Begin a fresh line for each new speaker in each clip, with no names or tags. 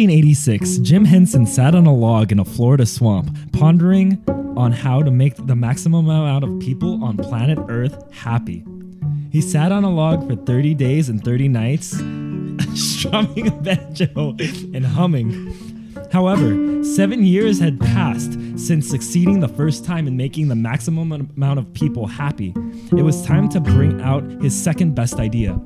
1986, Jim Henson sat on a log in a Florida swamp, pondering on how to make the maximum amount of people on planet Earth happy. He sat on a log for 30 days and 30 nights, strumming a banjo and humming. However, seven years had passed since succeeding the first time in making the maximum amount of people happy. It was time to bring out his second best idea.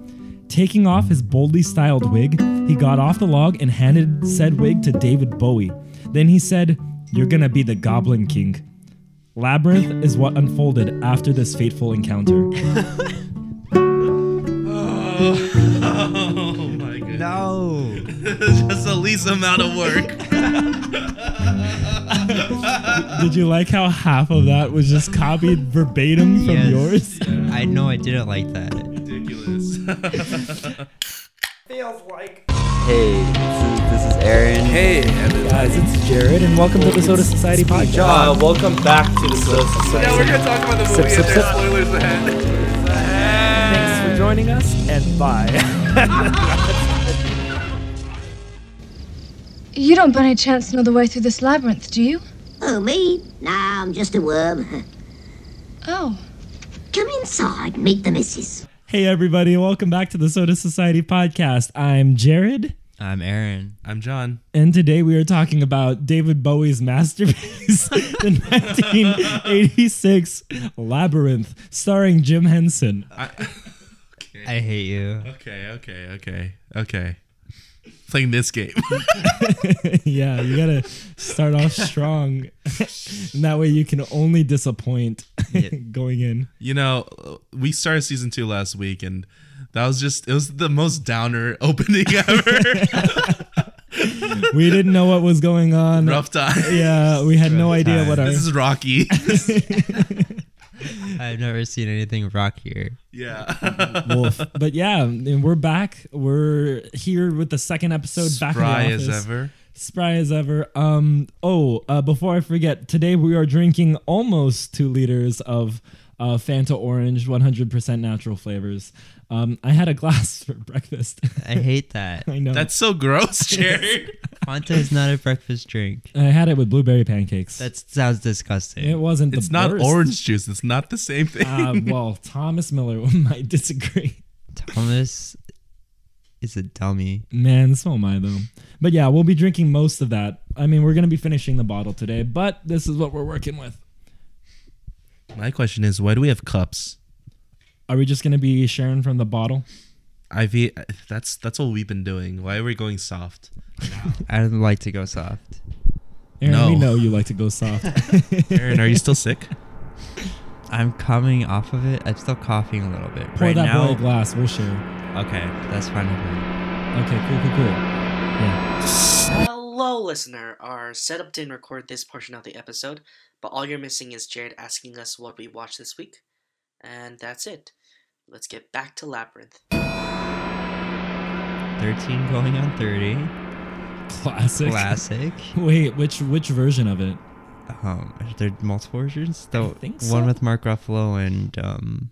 Taking off his boldly styled wig, he got off the log and handed said wig to David Bowie. Then he said, You're gonna be the Goblin King. Labyrinth is what unfolded after this fateful encounter.
Oh, oh my goodness.
No.
Just the least amount of work.
Did you like how half of that was just copied verbatim from
Yes.
yours?
I know I didn't like that.
Ridiculous.
Hey, this is, this is Aaron.
Hey, Evan.
Guys, it's Jared, and welcome to the Soda Society podcast.
Uh, welcome back to the Soda
Now
Society.
we're gonna talk about the movie
sip,
and
sip.
there's spoilers ahead.
Thanks for joining us, and bye.
You don't by any chance know the way through this labyrinth, do you?
Oh, me? No, I'm just a worm.
Oh.
Come inside, meet the missus.
Hey, everybody, welcome back to the Soda Society podcast. I'm Jared,
I'm Aaron.
I'm John.
and today we are talking about David Bowie's masterpiece, the 1986 Labyrinth, starring Jim Henson.
I hate you.
Okay, okay, okay, okay. Playing this game.
yeah, you gotta start off strong, and that way you can only disappoint going in.
you know, we started season two last week, and that was just, it was the most downer opening ever.
We didn't know what was going on.
Rough time.
Yeah, we had no idea what our
This is Rocky.
I've never seen anything rockier.
yeah.
wolf. But yeah, and we're back. We're here with the second episode back
Spry
in the office.
as ever.
Spry as ever. Um oh, uh, before I forget, today we are drinking almost 2 liters of uh, Fanta orange 100% natural flavors. Um I had a glass for breakfast.
I hate that.
I know.
That's so gross, Jared.
Fanta is not a breakfast drink.
I had it with blueberry pancakes.
That sounds disgusting.
it wasn't the
it's not
worst.
orange juice. It's not the same thing.
Uh, well, Thomas Miller might disagree.
Thomas is a dummy.
Man, so am I though. But yeah, we'll be drinking most of that. I mean, we're gonna be finishing the bottle today, but this is what we're working with.
My question is, why do we have cups?
Are we just gonna be sharing from the bottle?
IV. That's that's what we've been doing. Why are we going soft?
I don't like to go soft.
Aaron, we
No.
know you like to go soft.
Aaron, are you still sick?
I'm coming off of it. I'm still coughing a little bit.
Pour
right
that
now.
boy a glass. We'll share.
Okay, that's fine with me.
Okay, cool, cool, cool.
Hello, listener. Our setup didn't record this portion of the episode, but all you're missing is Jared asking us what we watched this week. And that's it. Let's get back to Labyrinth.
13 going on 30.
Classic.
Classic.
Wait, which which version of it?
Um, are there multiple versions? The
think so.
one with Mark Ruffalo and um,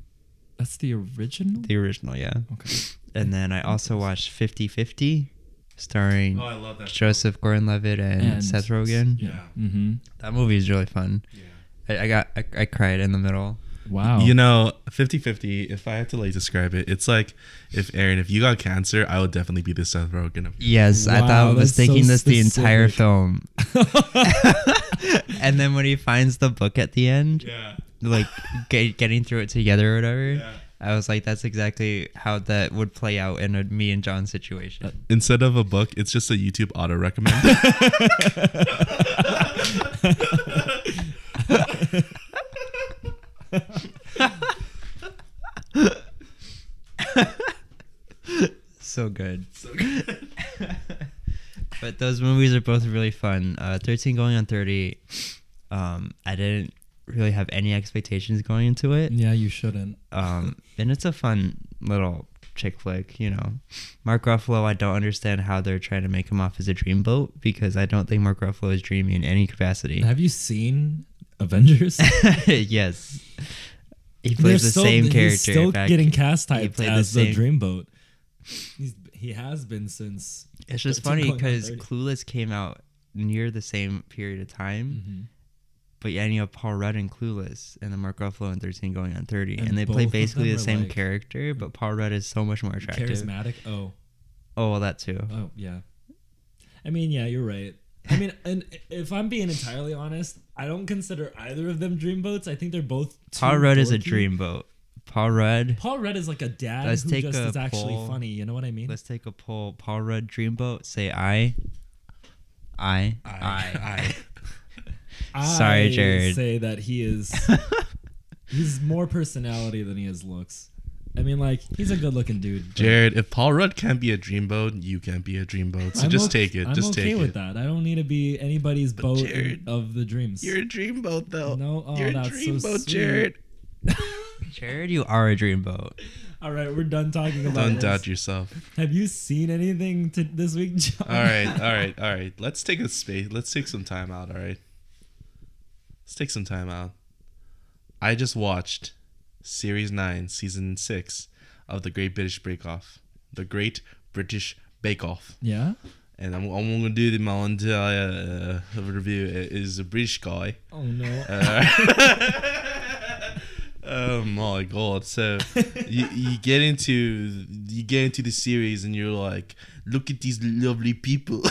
That's the original.
the original, yeah.
Okay.
And then I also watched 50 50,
Oh,
starring
Oh, love
Joseph Gordon Levitt and,
And-
Seth Rogen.
Yeah. Mm-hmm.
That movie is really fun. I, I got I, I cried in the middle.
Wow.
You know, 50-50, if I had to like describe it, it's like if Aaron, if you got cancer, I would definitely be the Seth Rogen of
Yes, I thought
Wow,
I was
that's so
thinking this the entire
specific.
film. and then when he finds the book at the end,
Yeah.
like get, getting through it together or whatever, I was like, that's exactly how that would play out in a me and John situation.
Instead of a book, it's just a YouTube auto recommend.
so good. So good. but those movies are both really fun. Uh, 13 going on 30. Um, I didn't really have any expectations going into it.
yeah, you shouldn't.
Um, and it's a fun little chick flick, you know. Mark Ruffalo, I don't understand how they're trying to make him off as a dreamboat because I don't think Mark Ruffalo is dreamy in any capacity.
Have you seen Avengers?
yes. He plays the same character.
He's still
back-
getting cast
he
typed
played
as the,
same-
Dreamboat. He's, He has been since. uh,
It's just
13
funny
going on
because
30.
Clueless came out near the same period of time,
Mm-hmm.
but yeah, and you have Paul Rudd in Clueless and then Mark Ruffalo in 13 going on 30. And,
And
they play
both of
basically
them
the
are,
same
like,
character, but Paul Rudd is so much more attractive.
charismatic. Oh,
Oh, well, that too.
oh yeah. I mean, yeah, you're right. I mean, and if I'm being entirely honest, I don't consider either of them dreamboats. I think they're both. too
Paul Rudd is a
dorky.
dreamboat. Paul Rudd.
Paul Rudd is like a dad
Let's
who
take
just
a
is actually
poll.
funny. You know what I mean?
Let's take a poll. Paul Rudd dreamboat. Say I. I. I. Sorry,
I
Jared.
Say that he is. he's more personality than he is looks. I mean, like he's a good-looking dude. but
Jared, if Paul Rudd can't be a dreamboat, you can't be a dreamboat. So
I'm
just
okay-
take it.
I'm
just
okay
take
with
it.
that. I don't need to be anybody's boat
Jared,
of the dreams.
You're a dreamboat though.
No, oh,
You're a
that's so
dreamboat,
sweet.
Jared.
Jared, you are a dreamboat.
All right, we're done talking about.
Don't
this.
doubt yourself.
Have you seen anything to this week, John?
All right, all right, all right. Let's take a space. Let's take some time out. All right. Let's take some time out. I just watched series nine, season six of the Great British Bake Off. The Great British Bake Off.
Yeah.
and I'm, I'm gonna do the my entire uh, review is a British guy.
Oh no.
uh, Oh my god! So you, you get into you get into the series and you're like, look at these lovely people.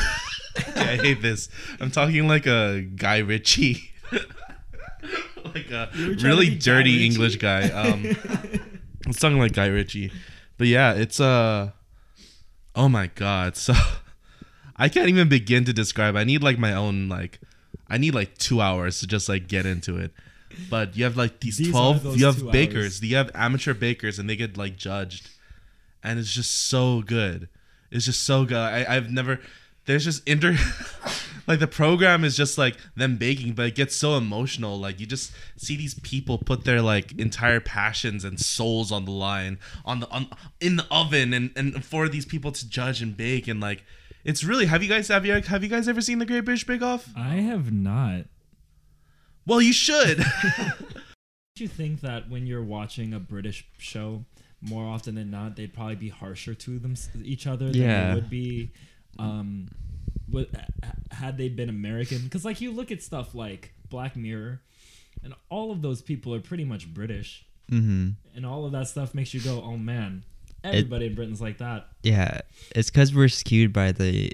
I hate this. I'm talking like a Guy Ritchie, like a
trying to
really
be Guy
dirty
Ritchie?
English guy. Um, I'm talking like Guy Ritchie, but yeah, it's uh, oh my god! So I can't even begin to describe. I need like my own like, I need like two hours to just like get into it. But you have like these
These are
twelve.
those
You have
two
bakers.
hours.
You have amateur bakers, and they get like judged, and it's just so good. It's just so good. I, I've never. There's just inter, like the program is just like them baking, but it gets so emotional. Like you just see these people put their like entire passions and souls on the line on the on in the oven, and and for these people to judge and bake, and like it's really. Have you guys have you have you guys ever seen the Great British Bake Off?
I have not.
Well, you should.
Do you think that when you're watching a British show, more often than not, they'd probably be harsher to them each other than
Yeah.
they would be, um, with, had they been American? Because like you look at stuff like Black Mirror, and all of those people are pretty much British,
Mm-hmm.
and all of that stuff makes you go, "Oh man, everybody in Britain's like that."
Yeah, it's because we're skewed by the,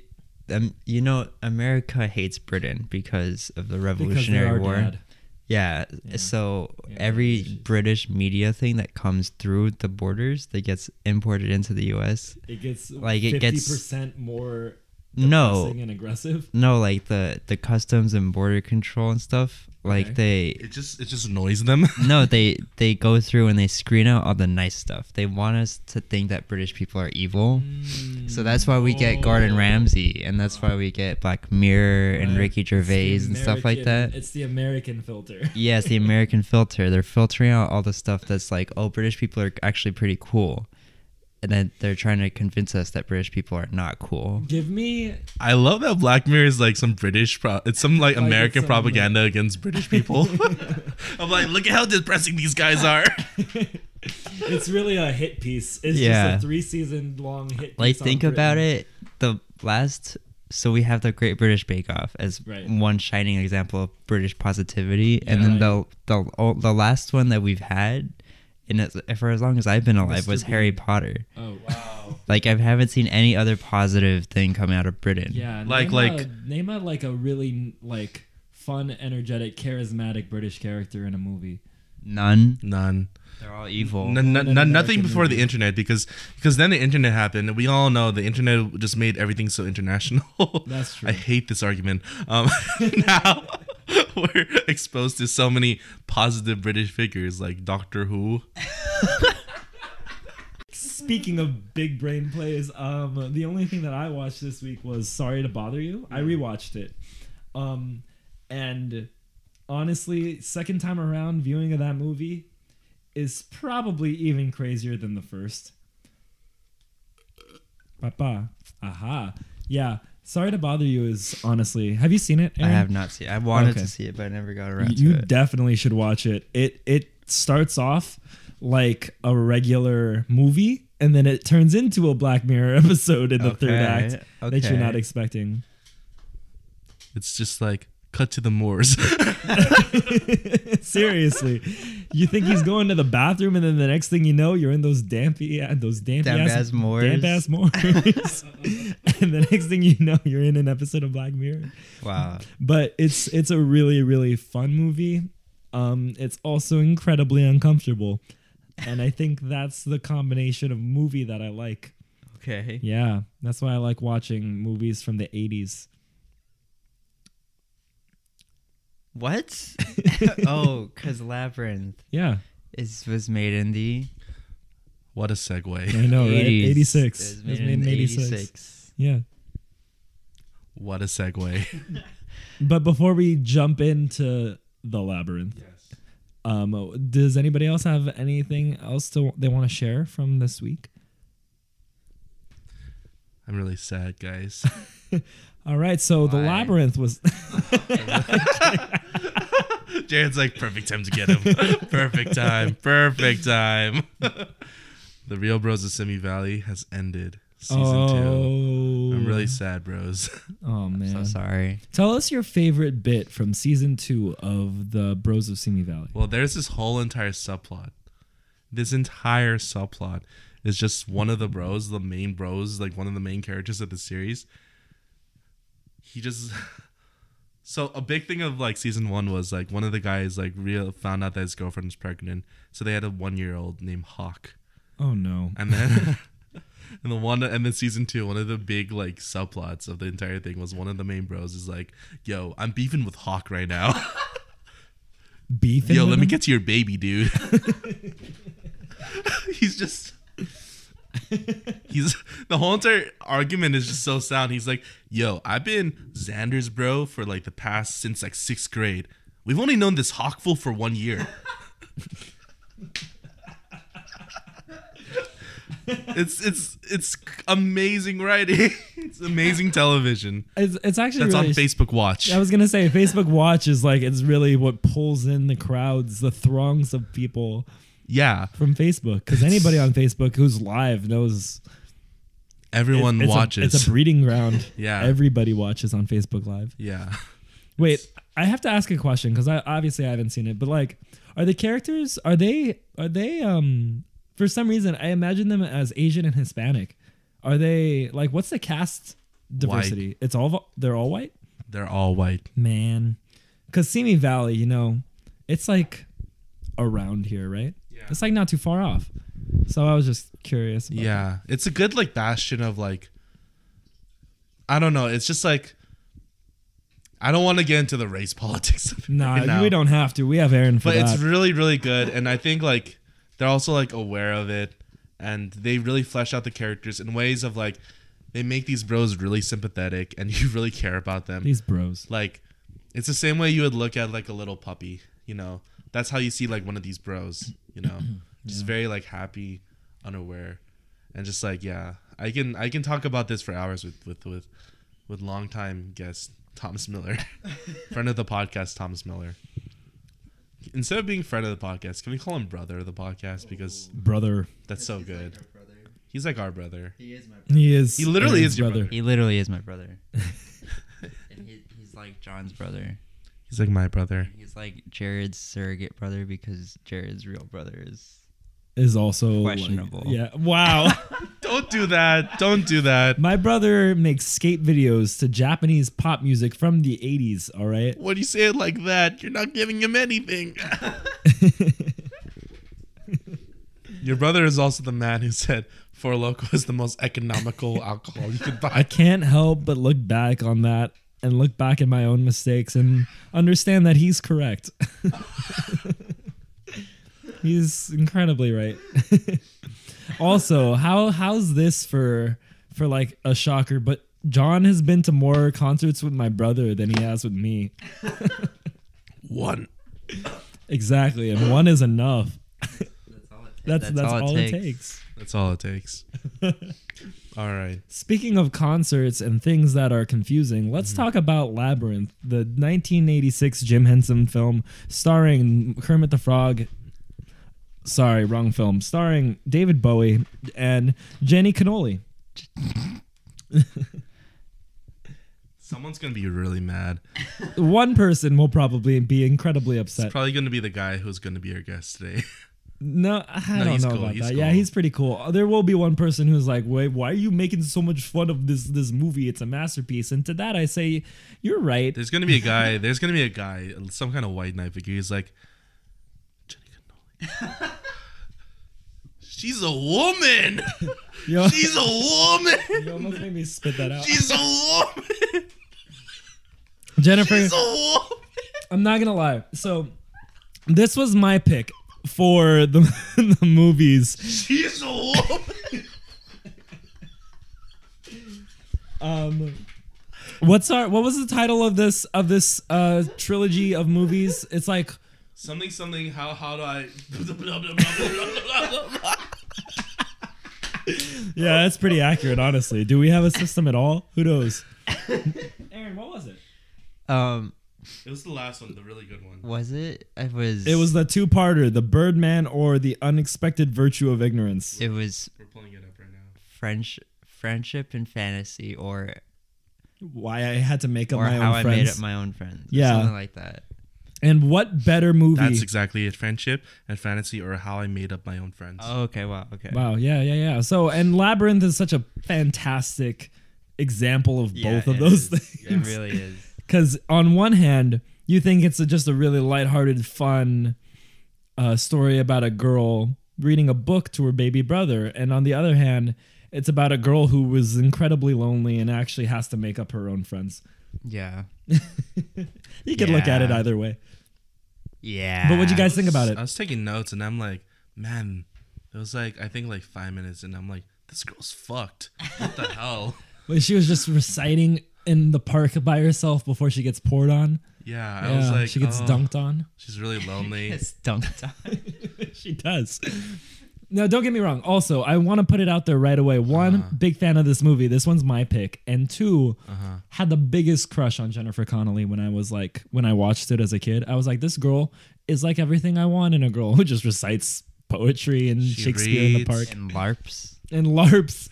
um, you know, America hates Britain because of the
Because they
Revolutionary
are
War.
dead.
Yeah, so
Yeah,
every
British is-
British media thing that comes through the borders that gets imported into the U.S.
It gets
Like,
like
it
it 50%
gets- Oh.
more
No.
depressing and aggressive.
No, like the the customs and border control and stuff. Like
It just it just annoys them.
they no, they they go through and they screen out all the nice stuff. They want us to think that British people are evil. So that's why we get Gordon Ramsay, and that's why we get Black Mirror and
Mm. Right.
Ricky
It's the
Gervais and stuff like
American-
that.
It's the American filter.
Yes, the American filter. They're filtering out all the stuff that's like, oh, British people are actually pretty cool. And then they're trying to convince us that British people are not cool.
Give me
I love that Black Mirror is like some British, pro- it's some like,
Like,
American
it's some,
propaganda against British people. I'm like, look at how depressing these guys are.
It's really a hit piece. It's
Yeah.
just a three season long hit piece.
Like,
on
think about
Britain.
it. The last, so we have the Great British Bake Off as
Right.
one shining example of British positivity, and then the the oh, the last one that we've had, and it's, for as long as I've been alive,
Mr.
was
Bean.
Harry Potter.
Oh, wow.
Like, I haven't seen any other positive thing come out of Britain.
Yeah.
Like-
name
like-
A, name a, like, a really, like, fun, energetic, charismatic British character in a movie.
none.
None,
They're all evil.
none, none,
American
nothing before the
movie.
internet because because then the internet happened. and We all know the internet just made everything so international.
That's true.
I hate this argument. Um, now we're exposed to so many positive British figures like Doctor Who.
Speaking of big brain plays, um, the only thing that I watched this week was Sorry to Bother You. I rewatched it. Um, and honestly, second time around viewing of that movie is probably even crazier than the first. Papa. Aha. Yeah. Sorry to Bother You is honestly. Have you seen it?
I
Aaron?
have not seen. I wanted
Okay.
to see it, but I never got around
you
to it.
definitely should watch it. It it starts off like a regular movie and then it turns into a Black Mirror episode in the third
Okay,
act that you're not
okay.
expecting.
It's just like cut to the moors.
Seriously, you think he's going to the bathroom, and then the next thing you know, you're in those dampy, uh, those dampy
Damp
ass,
ass moors.
damp ass moors, and the next thing you know, you're in an episode of Black Mirror.
Wow.
But it's it's a really really fun movie. Um, it's also incredibly uncomfortable, and I think that's the combination of movie that I like.
Okay.
Yeah, that's why I like watching movies from the '80s.
What? oh, because Labyrinth
Yeah,
is was made in the
what a segue.
I know, Oh, right?
80s.
'86.
It was made in
86. Yeah.
What a segue.
But before we jump into the labyrinth, um, does anybody else have anything else to they want to share from this week?
I'm really sad, guys.
All right, so the
Why?
labyrinth was
Jared's like, perfect time to get him. perfect time. Perfect time. the Real Bros of Simi Valley has ended season
oh,
two. I'm really sad, bros.
oh
So
man.
sorry.
Tell us your favorite bit from season two of the Bros of Simi Valley.
Well, there's this whole entire subplot. This entire subplot is just one of the bros, the main bros, like one of the main characters of the series. He just So a big thing of like season one was like one of the guys like real found out that his girlfriend was pregnant. So they had a one year old named Hawk.
Oh no,
And then and the one and then season two, one of the big like subplots of the entire thing was one of the main bros is like, yo, I'm beefing with Hawk right now.
beef.
Yo, let me get to your baby, dude. he's just he's the whole entire argument is just so sound. He's like, "Yo, I've been Xander's bro for like the past since like sixth grade. We've only known this hawkful for one year." it's it's it's amazing writing. it's amazing television.
It's, it's actually
That's on
really
Facebook Watch.
I was gonna say Facebook Watch is like it's really what pulls in the crowds, the throngs of people.
Yeah,
from Facebook because anybody on Facebook who's live knows
everyone
it's a-
watches.
it's a breeding ground.
Yeah.
everybody watches on Facebook Live.
yeah.
Wait, I have to ask a question because I obviously I haven't seen it, but like, are the characters are they are they um for some reason I imagine them as Asian and Hispanic. Are they like what's the cast diversity? It's all they're all white.
They're all white.
Man, because Simi Valley, you know, it's like around here, right? Yeah. It's like not too far off. So I was just curious. About
Yeah, it's a good like bastion of like. I don't know. It's just like. I don't want to get into the race politics. Of it
Nah,
right now,
we don't have to. We have Aaron for
But
that.
it's really really good, and I think like they're also like aware of it, and they really flesh out the characters in ways of like they make these bros really sympathetic, and you really care about them.
These bros.
like it's the same way you would look at like a little puppy you know that's how you see like one of these bros you know just very like happy unaware and just like yeah i can i can talk about this for hours with with with with longtime guest thomas miller friend of the podcast thomas miller instead of being friend of the podcast can we call him brother of the podcast because
Brother.
that's so good he's like our brother
He is my brother.
He is.
He literally
Aaron's
is your brother.
He literally is my brother. and he, he's like John's brother.
he's like my brother
He's like Jared's surrogate brother because Jared's real brother is
Is also like-
Questionable.
yeah. Wow.
don't do that don't do that
My brother makes skate videos to Japanese pop music from the 80s, all right?
when you say it like that, you're not giving him anything. Your brother is also the man who said Four Loco is the most economical alcohol you can
I
buy.
can't help but look back on that and look back at my own mistakes and understand that he's correct. he's incredibly right. also, how how's this for for like a shocker, but John has been to more concerts with my brother than he has with me.
One.
Exactly, and one is enough. That's
That's
that's
all it
all it
takes.
takes.
That's all it takes. all right.
Speaking of concerts and things that are confusing, let's
Mm-hmm.
talk about Labyrinth, the 1986 Jim Henson film starring Kermit the Frog, Sorry, wrong film. Starring David Bowie and Jenny Cannoli.
Someone's gonna be really mad.
One person will probably be incredibly
It's
upset.
probably gonna be the guy who's gonna be our guest today.
no, I
No,
don't
he's
know
cool,
about
he's
that. Yeah,
cool.
he's pretty cool. There will be one person who's like, "Wait, why are you making so much fun of this this movie? It's a masterpiece." And to that, I say, "You're right."
There's gonna be a guy. There's gonna be a guy, some kind of white knight figure. He's like, Jenny Cannoli. She's a woman.
Yo,
She's a
you
woman.
almost made me spit that out.
She's a woman.
Jennifer,
She's a woman.
I'm not gonna lie. So, this was my pick for the, the movies.
She's a woman.
Um, what's our what was the title of this of this uh trilogy of movies? It's like
Something, something. How, how do I?
yeah, that's pretty accurate, honestly. Do we have a system at all? Who knows? Aaron, what was it?
Um,
it was the last one, the really good one.
was it? I was.
It was the two-parter, The Birdman or The Unexpected Virtue of Ignorance.
It was
We're pulling it up right now.
French, friendship and fantasy, or
Why I had to make up
or
my
how
own
I made
friends.
up my own friends.
Yeah.
Yeah, something like that.
and what better movie?
That's exactly it. Friendship and fantasy, or how I made up my own friends.
Oh, okay. Wow. Okay.
Wow, yeah, yeah, yeah. So, and Labyrinth is such a fantastic example of
Yeah,
both of
it
those
is.
things.
It really is.
Because on one hand, you think it's a, just a really lighthearted, fun uh, story about a girl reading a book to her baby brother, and on the other hand, it's about a girl who was incredibly lonely and actually has to make up her own friends.
Yeah.
You could look at it
Yeah.
either way.
Yeah.
But what do you guys think about it?
I was taking notes, and I'm like, man, it was like I think like five minutes, and I'm like, this girl's fucked. What the hell?
Well, She was just reciting in the park by herself before she gets poured on.
Yeah, I
Yeah,
was like,
she gets
oh,
dunked on.
She's really lonely.
It's dunked on.
she does. No, don't get me wrong. Also, I want to put it out there right away. One,
Uh-huh.
big fan of this movie. This one's my pick. And 2
Uh-huh.
had the biggest crush on Jennifer Connelly when I was like, when I watched it as a kid. I was like, this girl is like everything I want in a girl who just recites poetry and Shakespeare in the
reads.
park
and LARPs.
and LARPs.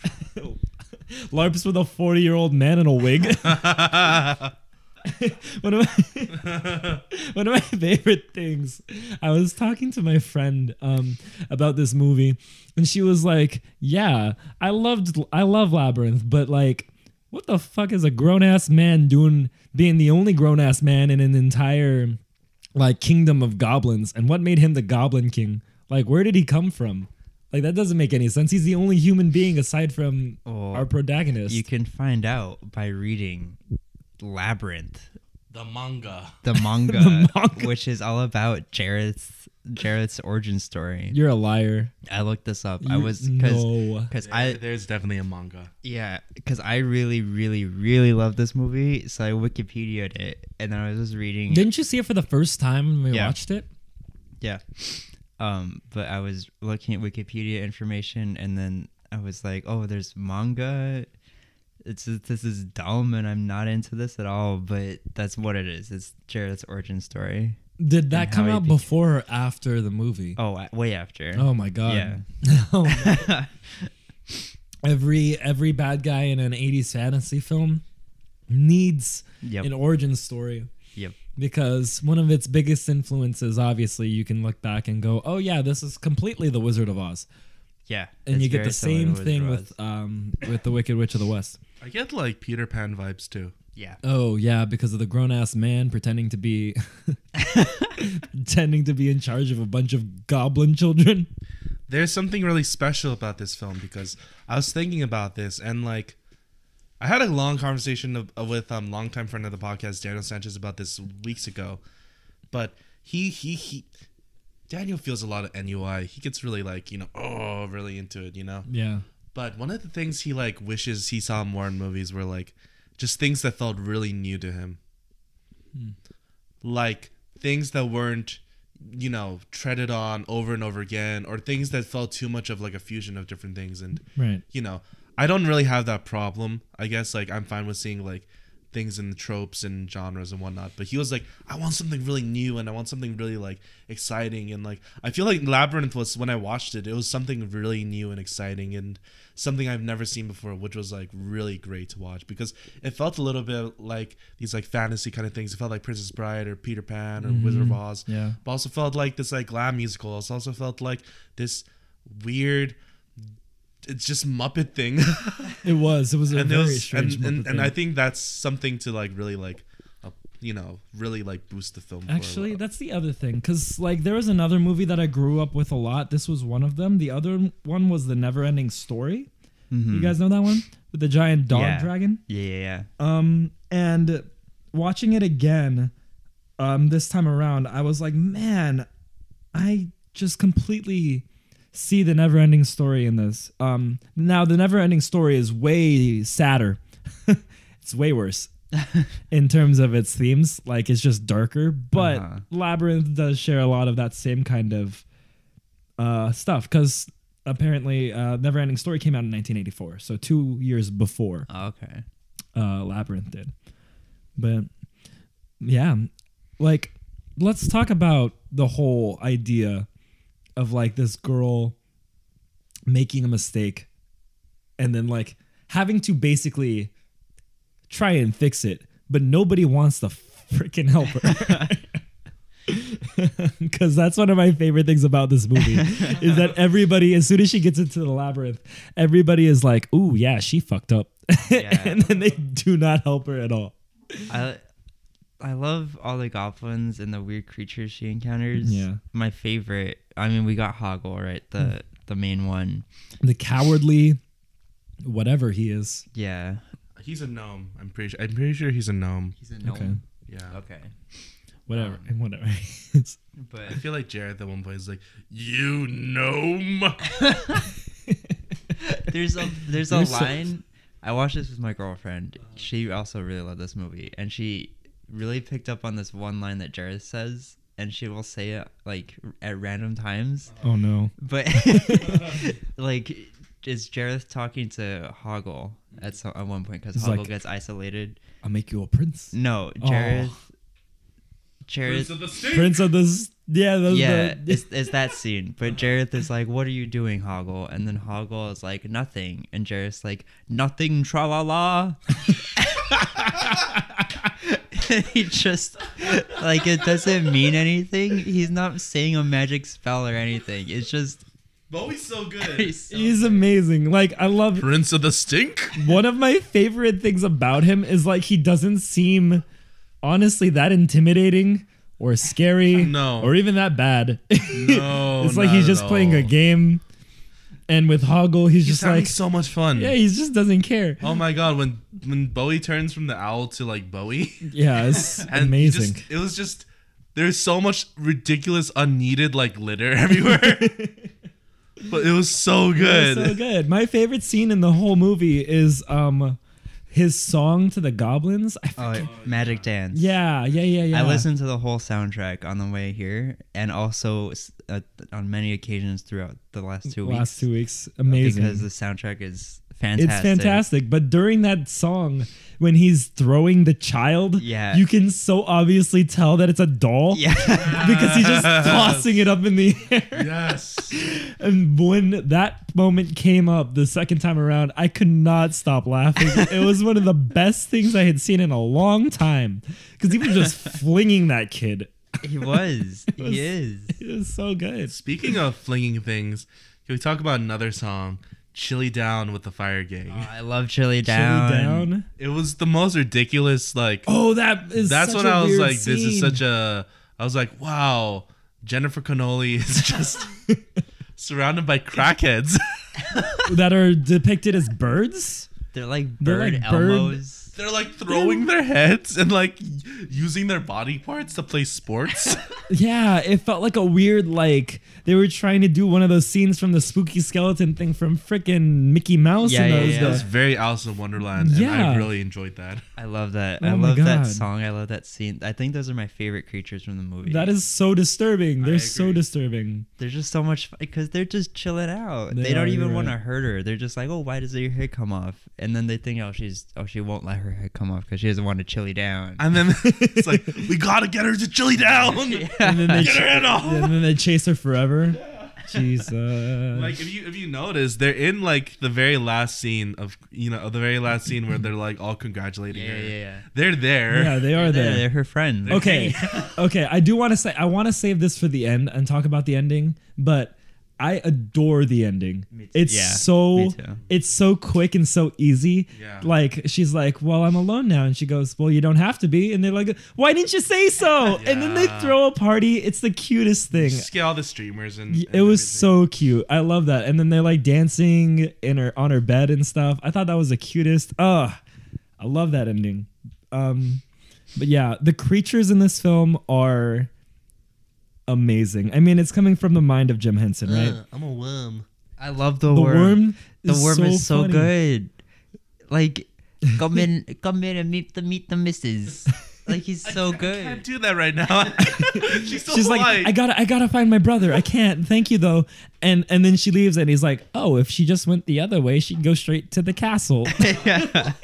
LARPs with a 40 year old man in a wig. one, of my, one of my favorite things. I was talking to my friend um, about this movie, and she was like, Yeah, I loved I love Labyrinth, but like, what the fuck is a grown ass man doing being the only grown ass man in an entire like kingdom of goblins and what made him the goblin king like where did he come from like that doesn't make any sense he's the only human being aside from
Oh,
our protagonist
You can find out by reading Labyrinth,
the manga.
the manga,
manga.
which is all about Jarrett's Jarrett's origin story.
you're a liar
I looked this up. I
You-
was because
no.
because
I,
I
there's definitely a manga.
yeah because I really really really love this movie, so I Wikipedia'd it, and then I was just reading.
didn't you see it for the first time when we
Yeah.
watched it
Yeah. Um, but I was looking at Wikipedia information and then I was like, oh, there's manga. It's just, this is dumb and I'm not into this at all, but that's what it is. It's Jared's origin story.
did that
And
come
how he
out
became-
before or after the movie
Oh, I- way after.
oh my god
Yeah.
Oh, no. every every bad guy in an 80s fantasy film needs
Yep.
an origin story
Yep.
because one of its biggest influences obviously you can look back and go oh yeah this is completely the wizard of oz
Yeah.
and
it's
you get
very
the
similar to
same
Wizard
thing
of
with
Oz.
um with the wicked witch of the west
I get like Peter Pan vibes too.
Yeah.
oh yeah because of the grown-ass man pretending to be pretending to be in charge of a bunch of goblin children
there's something really special about this film because I was thinking about this and like I had a long conversation of, of- with um longtime friend of the podcast Daniel Sanchez about this weeks ago, but he he he Daniel feels a lot of NUI. He gets really like you know oh really into it you know.
yeah
But one of the things he like wishes he saw more in movies were like just things that felt really new to him. Like things that weren't, you know, treaded on over and over again, or things that felt too much of like a fusion of different things. And
right
you know, I don't really have that problem. I guess like I'm fine with seeing like things and tropes and genres and whatnot. But he was like, I want something really new and I want something really like exciting and like I feel like Labyrinth was when I watched it, it was something really new and exciting and something I've never seen before, which was like really great to watch because it felt a little bit like these like fantasy kind of things. It felt like Princess Bride or Peter Pan or Wizard of Oz.
Yeah.
But also felt like this like glam musical. It also felt like this weird it's just Muppet thing.
It was. It was a
and
very
those
strange.
and, and,
Muppet
and I
thing.
think that's something to like really like uh, you know really like boost the film for a
Actually,
while.
that's the other thing, because like there was another movie that I grew up with a lot. This was one of them. The other one was the Never-Ending Story. You
Mm-hmm.
guys know that one with the giant dog
Yeah.
dragon.
Yeah, yeah, yeah.
Um, and watching it again, um, this time around, I was like, man, I just completely see the never ending story in this. Um, now the never ending story is way sadder. it's way worse in terms of its themes. Like it's just darker, but
Uh-huh.
Labyrinth does share a lot of that same kind of uh, stuff because apparently uh, Never Ending Story came out in 1984, so two years before
Oh, okay.
uh, Labyrinth did. But yeah, like let's talk about the whole idea of like this girl making a mistake and then like having to basically try and fix it, but nobody wants to freaking help her. Because that's one of my favorite things about this movie is that everybody, as soon as she gets into the labyrinth, everybody is like, "Ooh, yeah, she fucked up," and then they do not help her at all.
I I love all the goblins and the weird creatures she encounters.
Yeah. Hmm.
My favorite. I mean, we got Hoggle, right? The the main one.
The cowardly, whatever he is,
Yeah.
he's a gnome. I'm pretty sure. I'm pretty sure he's a gnome.
He's a gnome.
Okay.
Yeah.
Okay.
whatever,
Ah.
and whatever. he is.
But
I feel like Jared at one point is like, "You gnome."
there's a there's a
You're so-
line. I watched this with my girlfriend. She also really loved this movie, and she really picked up on this one line that Jared says, and she will say it like at random times.
oh no!
But like, is Jareth talking to Hoggle at some, at one point because
He's
Hoggle
like-
gets isolated?
I'll make you a
Mm.
prince,
No,
Oh.
Jareth. Jareth.
the state.
prince of this. Yeah, that's
yeah,
the-
it's, it's that scene. But Jareth is like, "What are you doing, Hoggle?" And then Hoggle is like, "Nothing." And Jareth's like, "Nothing, tra la la." he just like it doesn't mean anything. He's not saying a magic spell or anything. It's just
Bowie's so good.
he's
he's amazing. Like I love
Prince of the Stink.
one of my favorite things about him is like he doesn't seem honestly that intimidating or scary
No.
or even that bad.
No,
it's like
not
he's
at
just playing a
all.
game and with Hoggle he's,
He's
just like
having so much fun.
yeah, he just doesn't care.
Oh my god, when when Bowie turns from the owl to like Bowie,
Yeah, it's
and he
amazing.
Just, it was just there's so much ridiculous, unneeded like litter everywhere. but it was so
It's
good.
so good. My favorite scene in the whole movie is um his song to the goblins. I
oh,
forget.
magic dance.
yeah, yeah, yeah, yeah.
I listened to the whole soundtrack on the way here, and also s- uh, on many occasions throughout the last two
last
weeks. uh,
two weeks. Amazing.
because the soundtrack is fantastic.
It's fantastic, but during that song, when he's throwing the child,
Yeah.
you can so obviously tell that it's a doll
Yeah.
because he's just tossing it up in the air.
Yes.
And when that moment came up the second time around, I could not stop laughing. it was one of the best things I had seen in a long time because he was just flinging that kid.
he was.
was-
He is.
It was so good.
Speaking of flinging things, can we talk about another song, "Chilly Down" with the Fire Gang?
Ah.
I love Chili Down.
Chilly down.
it was the most ridiculous. Like
Oh, that is.
that's
such
when
a
I was
weird
like, this
scene.
is such a. I was like, wow, Jennifer Connolly is just surrounded by crackheads.
that are depicted as birds.
They're like
They're
bird
like bird-
elbows.
They're like throwing their heads and like using their body parts to play sports.
Yeah, it felt like a weird like they were trying to do one of those scenes from the spooky skeleton thing from frickin' Mickey Mouse
Yeah,
and
yeah,
those.
yeah.
the-
It
It was very Alice in Wonderland, and
Yeah.
I really enjoyed that.
I love that.
Oh
I
my
love that
God.
song. I love that scene. I think those are my favorite creatures from the movie.
That is so disturbing. They're so
agree.
disturbing.
they're just so much because they're just chilling out.
They
They, don't
are,
even
you're
want to
right.
hurt her. They're just like, oh, why does your hair come off? And then they think, oh, she's oh, she won't let her hair come off because she doesn't want to chill you down.
And then it's like, we gotta get her to chili down.
And then they
Get her head off.
and then they chase her forever. Jesus.
Like if you if you notice, they're in like the very last scene of you know the very last scene where they're like all congratulating
yeah,
her.
yeah, yeah.
They're there.
yeah, they are
They're,
there.
they're her friends.
Okay. okay. I do want to say I want to save this for the end and talk about the ending, but I adore the ending. It's
Yeah,
so
me too.
it's so quick and so easy.
Yeah.
Like she's like, "Well, I'm alone now." And she goes, "Well, you don't have to be." And they're like, "Why didn't you say so?" And then they
Yeah.
throw a party. It's the cutest thing.
Just get all the streamers and,
Y-
and
It was
everything.
so cute. I love that. And then they're like dancing in her on her bed and stuff. I thought that was the cutest. Ugh. I love that ending. Um but yeah, the creatures in this film are amazing. I mean, it's coming from the mind of Jim Henson, right?
Uh, I'm a worm.
I love the,
the
worm.
worm
The
is
worm
so
is so
funny.
good. Like, come in, come in and meet the meet the missus. Like he's so
I can't
good.
do that right now. She's so
She's like, I gotta, I gotta find my brother. I can't. Thank you though. And and then she leaves, and he's like, oh, if she just went the other way, she'd go straight to the castle.
yeah.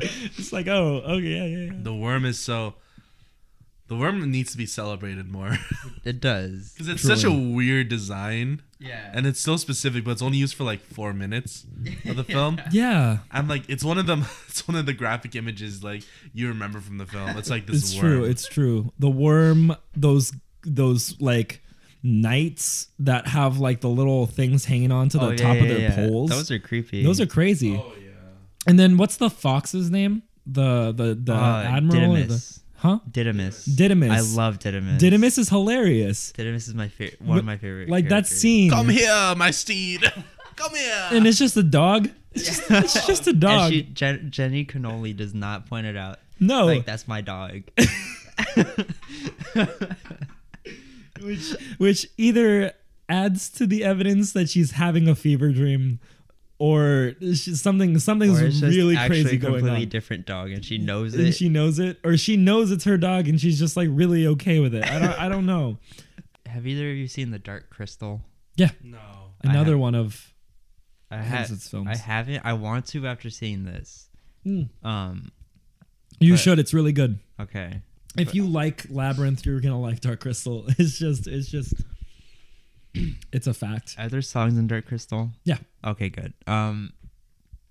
it's like, oh, okay, yeah, yeah, yeah.
the worm is so. The worm needs to be celebrated more
It does.
because it's such a weird design.
Yeah.
and it's so specific, but it's only used for like four minutes of the film.
Yeah,
I'm like, it's one of them. It's one of the graphic images like you remember from the film. It's like this.
It's
worm.
true. It's true. The worm, those those like knights that have like the little things hanging onto the
Oh, yeah,
top of
yeah,
their
yeah.
poles.
Those are creepy.
Those are crazy. And then what's the fox's name? The the the
Uh,
admiral, or the,
Didymus.
huh?
Didymus.
Didymus.
I love Didymus.
Didymus is hilarious.
Didymus is my favorite. One of my favorite.
Like that
characters.
scene,
Come here, my steed. Come here.
and it's just a dog. It's just, it's just a
And
dog.
she, Jen, Jenny Cannoli does not point it out.
no,
Like that's my dog.
which which either adds to the evidence that she's having a fever dream or she's something
Or
something's
it's just
really
actually
crazy
a
going
completely
on
different dog, and she knows
and
it.
she knows it or she knows it's her dog and she's just like really okay with it i don't i don't know
Have either of you seen The Dark Crystal?
yeah
no.
another
have-
one of
I
Hansen's films.
I haven't. I want to after seeing this.
Mm.
Um.
you
But-
should it's really good
Okay.
if you like labyrinth you're gonna like dark crystal it's just it's just it's a fact
Are there songs in Dark Crystal?
yeah
Okay, good. Um,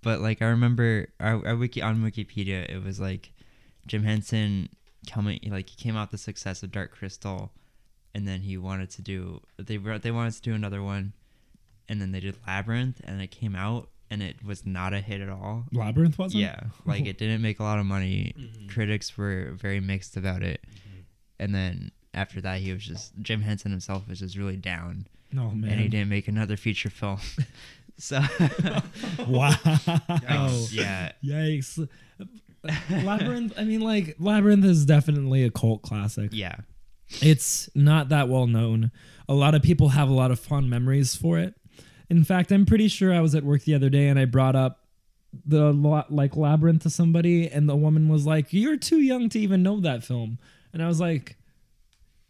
but like I remember, our, our wiki on Wikipedia, it was like Jim Henson coming, like he came out the success of Dark Crystal, and then he wanted to do they wrote they wanted to do another one, and then they did Labyrinth, and it came out, and it was not a hit at all.
labyrinth wasn't
Yeah, like it didn't make a lot of money.
Mm-hmm.
Critics were very mixed about it, and then after that, he was just Jim Henson himself was just really down,
no
and he
Oh, man
didn't make another feature film. so.
wow Oh.
Yeah.
Yikes. Labyrinth, I mean, like, Labyrinth is definitely a cult classic.
Yeah.
It's not that well known. A lot of people have a lot of fond memories for it. In fact, I'm pretty sure I was at work the other day and I brought up the la- like Labyrinth to somebody, and the woman was like, You're too young to even know that film. And I was like,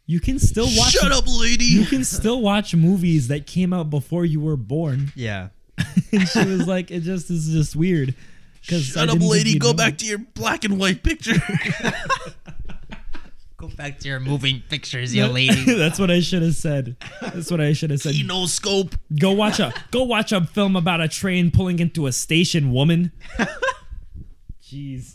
You can still watch.
Shut up,
You
lady.
can still watch movies that came out before you were born.
Yeah.
And she was like, "It just is just weird." 'Cause I
Shut up,
didn't think
lady.
you'd
Go
know.
back to your black and white picture.
Go back to your moving pictures,
That- That's what I should have said. That's what I should have said.
no scope.
Go watch a go watch a film about a train pulling into a station, woman. Jeez,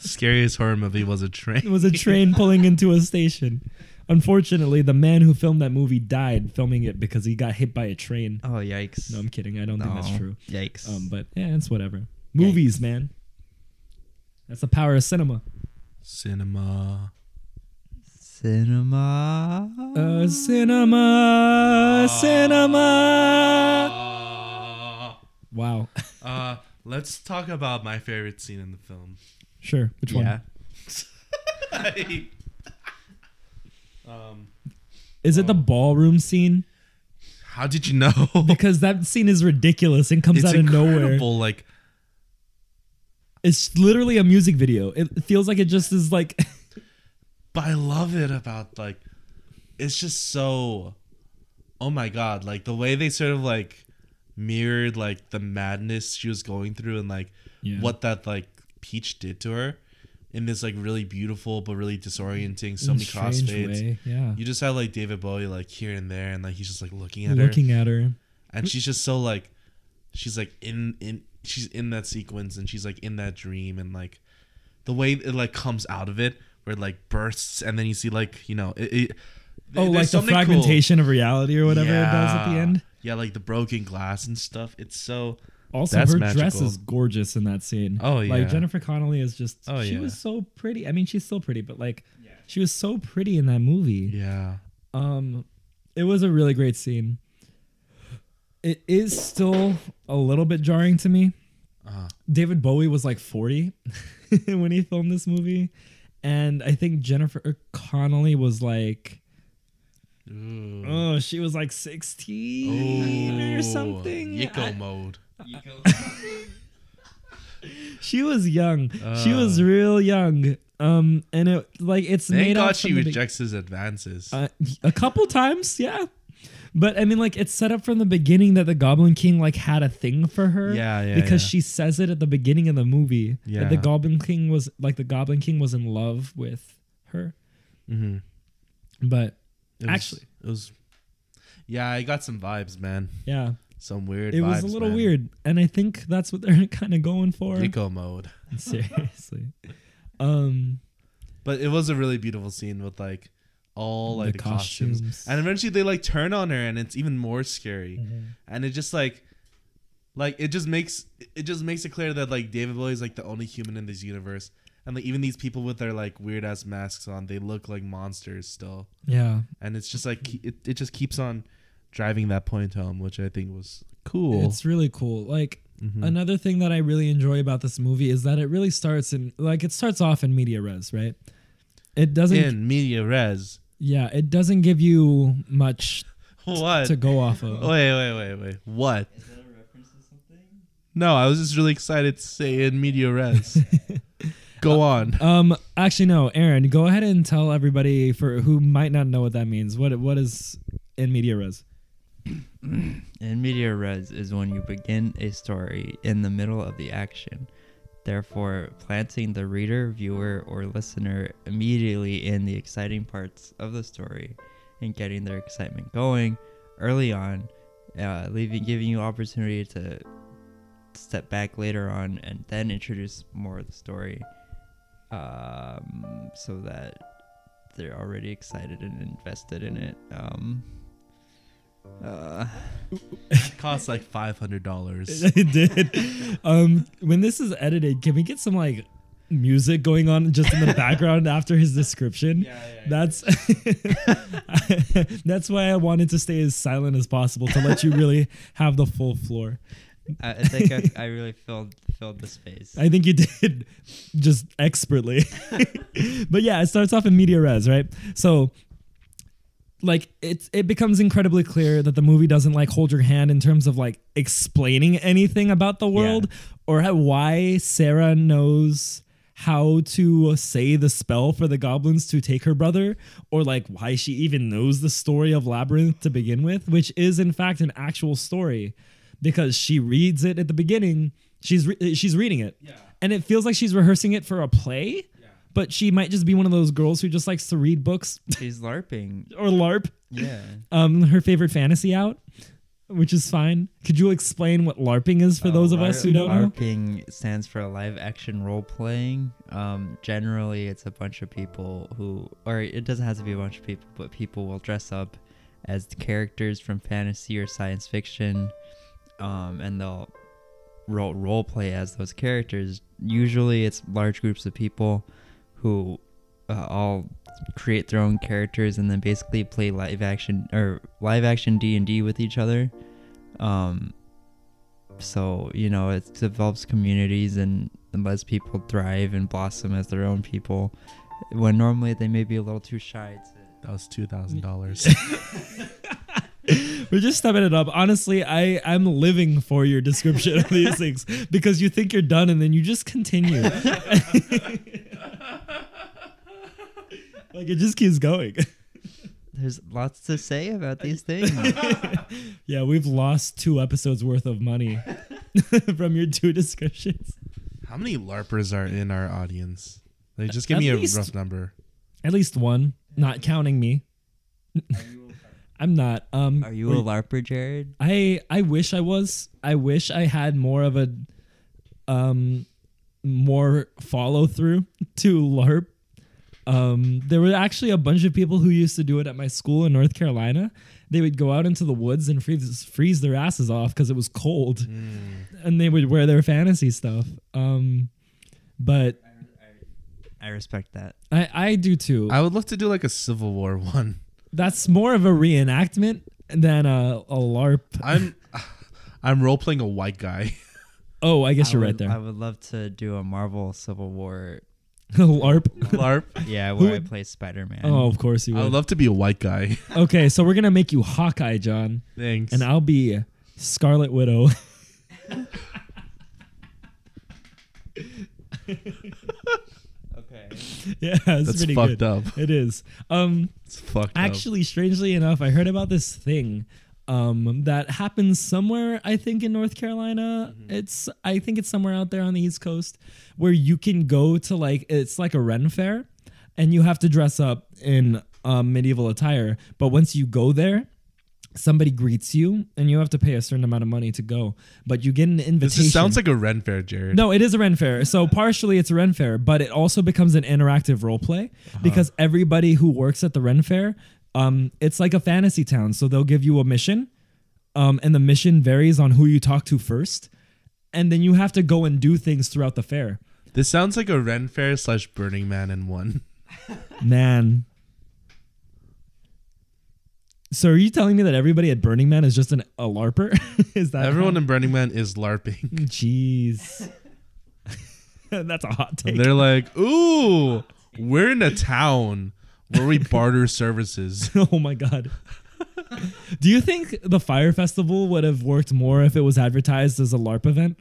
Scariest horror movie was a
it
train.
was a train pulling into a station. Unfortunately, the man who filmed that movie died filming it because he got hit by a train.
Oh yikes.
No, I'm kidding. I don't think that's true.
Yikes.
Um, but yeah, it's whatever. Movies, man. That's the power of cinema.
Cinema.
Cinema.
Uh, cinema, cinema.
Uh,
Wow.
uh, let's talk about my favorite scene in the film.
Sure. Which one?
yeah.
Is it the ballroom scene?
How did you know?
Because that scene is ridiculous and comes
it's
out of nowhere.
incredible. Like
It's literally a music video. It feels like it just is like
but I love it about like it's just so oh my god, like the way they sort of like mirrored like the madness she was going through and like
Yeah.
what that like peach did to her in this like really beautiful but really disorienting so
in a
many
strange
crossfades.
way. Yeah.
You just have like David Bowie like here and there and like he's just like looking at her
Looking at her.
and she's just so like she's like in in she's in that sequence and she's like in that dream and like the way it like comes out of it where it like bursts and then you see like you know it, it
Oh,
there's
like the
something cool.
fragmentation of reality or whatever it does at the
Yeah.
end.
yeah like the broken glass and stuff it's so
Also,
That's
her dress
magical.
is gorgeous in that scene.
Oh, yeah.
like Jennifer Connelly is just.
Oh,
she
yeah.
was so pretty. I mean, she's still pretty, but like, she was so pretty in that movie.
yeah
Um, it was a really great scene. It is still a little bit jarring to me.
Uh-huh.
David Bowie was like 40 when he filmed this movie, and I think Jennifer Connelly was like, oh, she was like 16 or
Ooh,
something.
Yiko
I-
mode
she was young. she was real young. Um, and it like it's
Uh. thank
made
god
out
she
from the be-
rejects his advances
uh, a couple times, yeah. But I mean, like it's set up from the beginning that the Goblin King like had a thing for her,
Yeah, yeah,
because
yeah.
she says it at the beginning of the movie.
Yeah.
that the Goblin King was like the Goblin King was in love with her. Mm-hmm. But
It was-
actually,
it was yeah i got some vibes man
yeah,
some weird
it was a
vibes,
little
man.
weird, and I think that's what they're kind of going for.
Yiko mode
Seriously, um,
But it was a really beautiful scene with like all
The
like the, costumes.
costumes. Mm-hmm.
and eventually they like turn on her, and it's even more scary. And it just like, like it just makes it just makes it clear that like David Bowie is like the only human in this universe, and like even these people with their like weird ass masks on, they look like monsters still.
yeah,
And it's just like
Mm-hmm.
it, it just keeps on driving that point home, which I think was cool. Mm-hmm.
It's really cool. Like another thing that I really enjoy about this movie is that it really starts in like it starts off in media res, right? It doesn't
in media res.
yeah, it doesn't give you much
What?
to go off of.
Wait, wait, wait, wait. What? Is that a reference to something? No, I was just really excited to say in media res. Go on.
Um actually no, Aaron, go ahead and tell everybody for who might not know what that means. What what is in media res?
In media res is when you begin a story in the middle of the action, therefore planting the reader, viewer, or listener immediately in the exciting parts of the story and getting their excitement going early on, uh, leaving giving you opportunity to step back later on and then introduce more of the story um, so that they're already excited and invested in it. Um, uh,
It costs like five hundred dollars.
it did. Um when this is edited, can we get some like music going on just in the background after his description? That's that's why I wanted to stay as silent as possible to let you really have the full floor.
I, I think I, I really filled filled the space.
I think you did just expertly. but yeah, it starts off in media res, right? So like it's it becomes incredibly clear that the movie doesn't like hold your hand in terms of like explaining anything about the world or how, why Sarah knows how to say the spell for the goblins to take her brother or like why she even knows the story of labyrinth to begin with which is in fact an actual story because she reads it at the beginning she's re- she's reading it and it feels like she's rehearsing it for a play but she might just be one of those girls who just likes to read books
She's LARPing.
or larp
Yeah.
um her favorite fantasy out, which is fine. Could you explain what LARPing is for
Oh, Um,
those of us who don't know?
LARPing stands for live action role playing. Um, generally, it's a bunch of people who, or it doesn't have to be a bunch of people, but people will dress up as the characters from fantasy or science fiction, um, and they'll role role play as those characters. Usually, it's large groups of people who uh, all create their own characters and then basically play live action or live action D and D with each other. Um, so you know it develops communities and, and lets people thrive and blossom as their own people, when normally they may be a little too shy to
That was two thousand dollars.
We're just stepping it up. Honestly, I I'm living for your description of these things because you think you're done and then you just continue. like it just keeps going.
There's lots to say about these things.
Yeah, we've lost two episodes worth of money from your two descriptions.
How many LARPers are in our audience? Like, just give
At
me a
least-
rough number.
At least one, not counting me. I'm not. Um,
Are you a LARPer, Jared?
I I wish I was. I wish I had more of a um more follow through to LARP. Um, there were actually a bunch of people who used to do it at my school in North Carolina. They would go out into the woods and freeze freeze their asses off because it was cold,
Mm.
and they would wear their fantasy stuff. Um, but
I respect that.
I I do too.
I would love to do like a Civil War one.
That's more of a reenactment than a, a LARP.
I'm I'm role playing a white guy.
Oh, I guess
I
you're
would-
right there.
I would love to do a Marvel Civil War.
LARP.
LARP.
Yeah, where I
would-
play Spider Man.
Oh, of course you
I would
would.
love to be a white guy.
Okay, so we're gonna make you Hawkeye, John,
Thanks.
and I'll be Scarlet Widow.
okay.
yeah, that's,
That's
pretty
fucked
good.
up.
It is. Um,
it's fucked up.
actually, strangely enough, I heard about this thing um that happens somewhere. I think in North Carolina.
Mm-hmm.
It's I think it's somewhere out there on the East Coast where you can go to like it's like a Ren fair, and you have to dress up in um, medieval attire. But once you go there. Somebody greets you, and you have to pay a certain amount of money to go. But you get an
This
invitation.
just sounds like a Ren Fair, Jared.
No, it is a Ren Fair. So partially it's a Ren Fair, but it also becomes an interactive role play because everybody who works at the Ren Fair, um, it's like a fantasy town. So they'll give you a mission, um, and the mission varies on who you talk to first, and then you have to go and do things throughout the fair.
This sounds like a Ren Fair slash Burning Man in one.
Man. So are you telling me that everybody at Burning Man is just an, a LARPer? is that
Everyone
how-
in Burning Man is LARPing.
Jeez. That's a hot take.
They're like, ooh, we're in a town where we barter services.
oh my god. Do you think the Fire Festival would have worked more if it was advertised as a LARP event?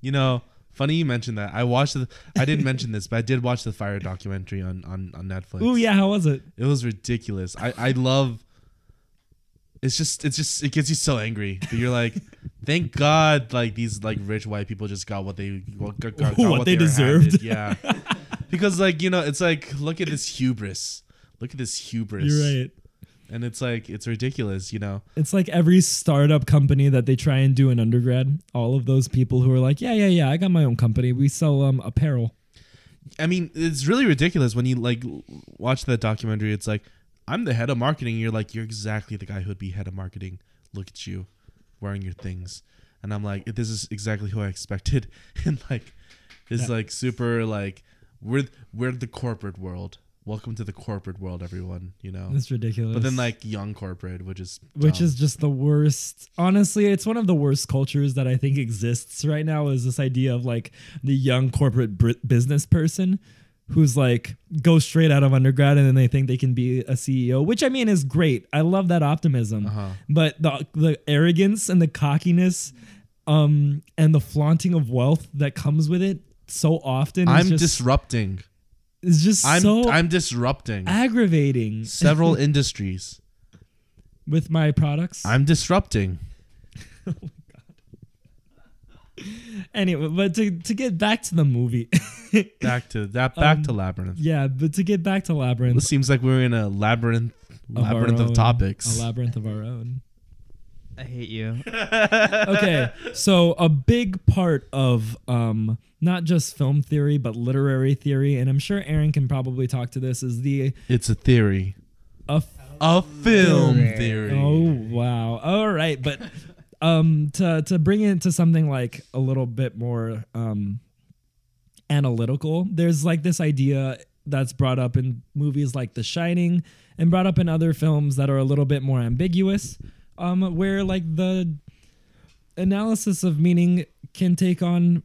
You know, funny you mentioned that. I watched the, I didn't mention this, but I did watch the fire documentary on on, on Netflix.
Oh yeah, how was it?
It was ridiculous. I, I love it's just it's just it gets you so angry. But you're like, thank God like these like rich white people just got what they got, got, got
What
what,
they
they, were
deserved.
handed. Yeah. because like, you know, it's like look at this hubris. Look at this hubris.
You're right.
And it's like it's ridiculous, you know.
It's like every startup company that they try and do in undergrad. All of those people who are like, yeah, yeah, yeah, I got my own company. We sell um apparel.
I mean, it's really ridiculous when you like l- watch that documentary. It's like, I'm the head of marketing. You're like, you're exactly the guy who'd be head of marketing. Look at you, wearing your things, and I'm like, this is exactly who I expected. And like, this like super like we're we're the corporate world. Welcome to the corporate world, everyone. You know.
That's ridiculous.
But then like young corporate, which is
which
dumb.
is just the worst. Honestly, it's one of the worst cultures that I think exists right now is this idea of like the young corporate br- business person who's like go straight out of undergrad and then they think they can be a CEO, which I mean is great. I love that optimism.
Uh-huh.
But the the arrogance and the cockiness um and the flaunting of wealth that comes with it so often is
I'm
just,
disrupting.
is just
I'm
so
I'm disrupting
aggravating
several industries.
with my products.
I'm disrupting.
anyway, but to, to get back to the movie.
Back to that. Back to labyrinth.
Um, Yeah, but to get back to labyrinth,
This seems like we're in a labyrinth,
of our
labyrinth of
own-
topics.
a labyrinth of our own.
I hate you.
Okay, so a big part of um, not just film theory but literary theory, and I'm sure Aaron can probably talk to this, is the
it's a theory,
a
a film theory.
Oh wow! All right, but um, to to bring it to something like a little bit more um, analytical, there's like this idea that's brought up in movies like The Shining, and brought up in other films that are a little bit more ambiguous, um, where like the analysis of meaning can take on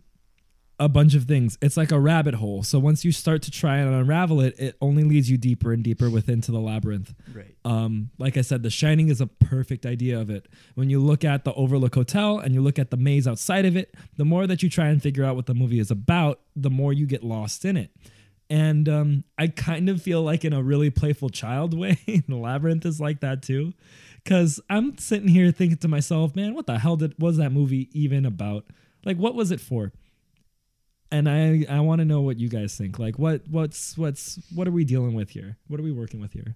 a bunch of things. It's like a rabbit hole. So once you start to try and unravel it, it only leads you deeper and deeper within to the labyrinth.
Right.
Um, like I said, The Shining is a perfect idea of it. When you look at the Overlook Hotel and you look at the maze outside of it, the more that you try and figure out what the movie is about, the more you get lost in it. And um, I kind of feel like in a really playful child way, the labyrinth is like that too. Cause I'm sitting here thinking to myself, man, what the hell did was that movie even about? Like what was it for? And I I want to know what you guys think. Like what what's what's what are we dealing with here? What are we working with here?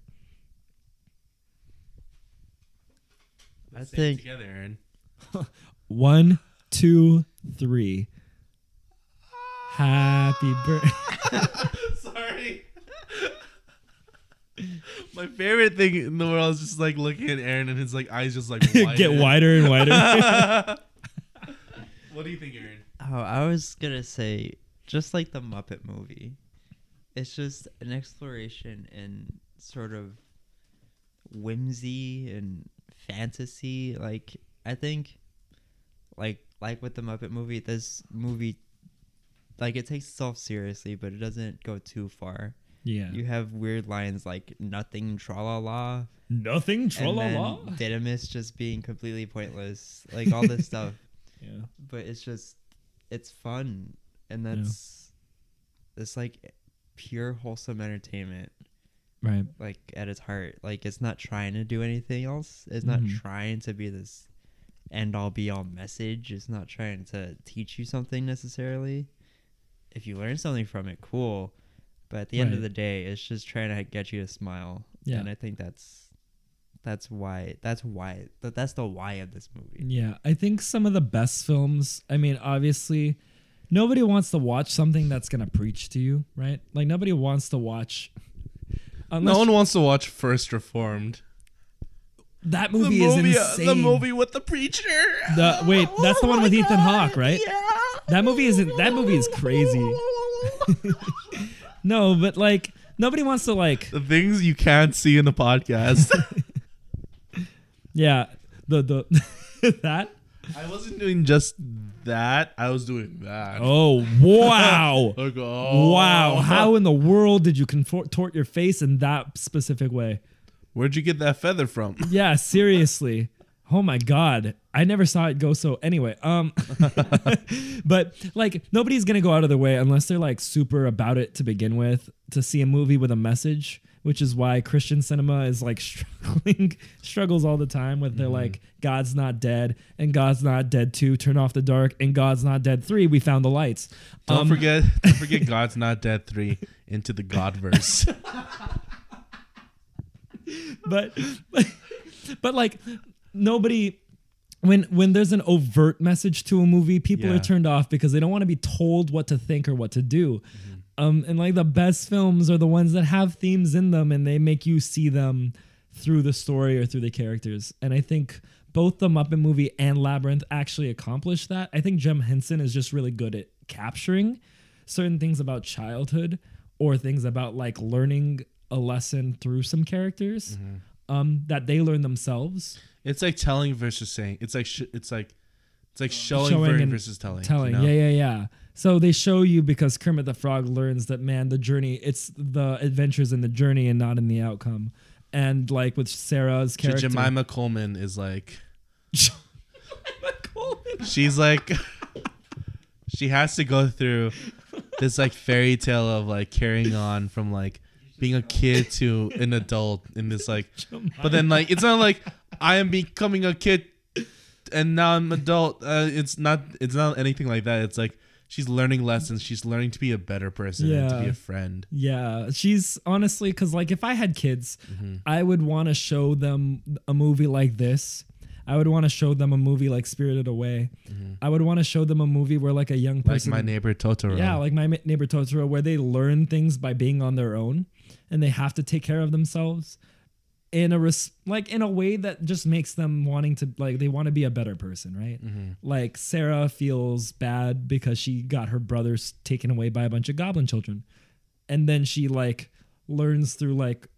I
Say it
think
together, Aaron.
One, two, three. Happy birthday.
Sorry. My favorite thing in the world is just like looking at Aaron and his like eyes just like wide.
Get wider and wider.
What do you think, Aaron?
Oh, I was gonna say, just like the Muppet movie, it's just an exploration in sort of whimsy and fantasy. Like I think, like like with the Muppet movie, this movie, like it takes itself seriously, but it doesn't go too far.
yeah.
You have weird lines like nothing, tra la la,
Nothing.
and then Didymus just being completely pointless, like all this stuff
Yeah.
but it's just it's fun and that's it's like pure wholesome entertainment
Right.
like at its heart like it's not trying to do anything else it's
Mm-hmm.
not trying to be this end all be all message it's not trying to teach you something necessarily if you learn something from it cool but at the end of
Right.
the day it's just trying to get you to smile
Yeah.
and i think that's that's why that's why that, that's the why of this movie
Yeah. I think some of the best films, I mean, obviously, nobody wants to watch something that's going to preach to you, right? Like, nobody wants to watch. Unless
No one wants to watch First Reformed.
that movie, is insane.
the movie with the preacher.
The- wait, that's the one with Ethan Hawke, right? That movie isn't. That movie is crazy. no, but like nobody wants to like.
The things you can't see in the podcast.
Yeah, the the that.
I wasn't doing just that. I was doing that.
Oh wow,
Like, oh.
wow! How in the world did you contort your face in that specific way?
Where'd you get that feather from?
Yeah, seriously. Oh my god. I never saw it go so anyway. Um but like nobody's going to go out of their way unless they're like super about it to begin with to see a movie with a message, which is why Christian cinema is like struggling struggles all the time with
Mm-hmm.
their like God's not dead and God's not dead 2, turn off the dark and God's not dead 3, we found the lights.
Don't
Um,
forget, don't forget, God's not dead three into the Godverse.
but but like nobody when when there's an overt message to a movie people
Yeah.
are turned off because they don't want to be told what to think or what to do um and like the best films are the ones that have themes in them and they make you see them through the story or through the characters and i think both the muppet movie and labyrinth actually accomplish that i think jem henson is just really good at capturing certain things about childhood or things about like learning a lesson through some characters um, that they learn themselves.
It's like telling versus saying. It's like sh- it's like it's like showing,
Uh, Showing
ver-
and
versus telling. you
Telling,
know?
yeah, yeah, yeah. So they show you because Kermit the Frog learns that man, the journey, it's the adventures in the journey and not in the outcome. And like with Sarah's
J-
character,
Jemima Coleman is like
Coleman.
she's like she has to go through this like fairy tale of like carrying on from like being a kid to an adult in this like but then like it's not like I am becoming a kid and now I'm adult uh, it's not it's not anything like that it's like she's learning lessons she's learning to be a better person and to
Yeah.
be a friend
Yeah, she's honestly because like if I had kids,
Mm-hmm.
I would want to show them a movie like this. I would want to show them a movie like Spirited Away. I would want to show them a movie where like a young
Mm-hmm. like
person
my neighbor Totoro
Yeah, like my Ma- neighbor Totoro, where they learn things by being on their own, and they have to take care of themselves in a res- like in a way that just makes them wanting to like they want to be a better person, right? Like Sarah feels bad because she got her brothers taken away by a bunch of goblin children, and then she like learns through like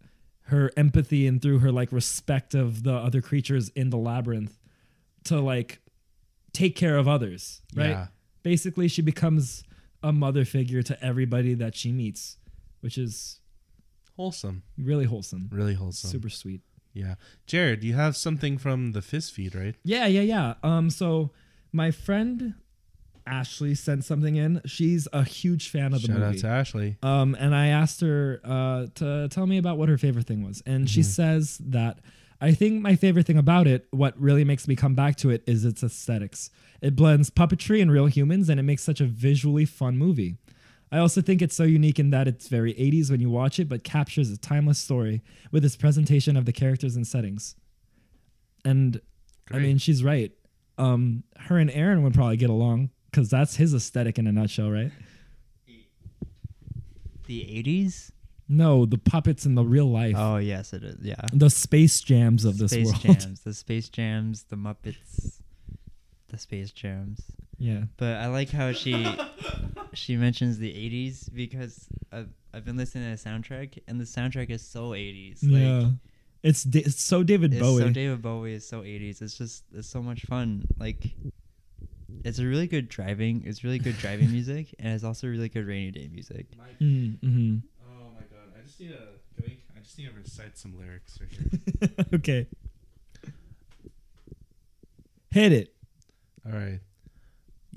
her empathy and through her like respect of the other creatures in the labyrinth to like take care of others, right?
Yeah.
Basically, she becomes a mother figure to everybody that she meets, which is
Wholesome.
really wholesome,
Really wholesome.
super sweet.
Yeah. Jared, you have something from the Fizz feed, right?
Yeah, yeah, yeah. Um, so my friend Ashley sent something in. She's a huge fan of the
Shout out
movie.
to Ashley.
Um, and I asked her uh, to tell me about what her favorite thing was. And she says that I think my favorite thing about it, what really makes me come back to it, is its aesthetics. It blends puppetry and real humans, and it makes such a visually fun movie. I also think it's so unique in that it's very 80s when you watch it, but captures a timeless story with its presentation of the characters and settings. And I mean, she's right. Um, her and Aaron would probably get along because that's his aesthetic in a nutshell, right?
The 80s?
No, the puppets in the real life.
Oh, yes, it is. Yeah.
the space jams of this
space
world.
Jams. The Space Jams, the Muppets, the Space Jams.
Yeah.
But I like how she she mentions the 80s because I've, I've been listening to the soundtrack and the soundtrack is so 80s. Like,
yeah. It's, da- it's so David
it's
Bowie.
so David Bowie is so 80s. It's just it's so much fun. Like it's a really good driving. It's really good driving music and it's also really good rainy day music.
Mm, mhm.
Oh my god. I just need to I just need to recite some lyrics right here.
okay. Hit it.
All right.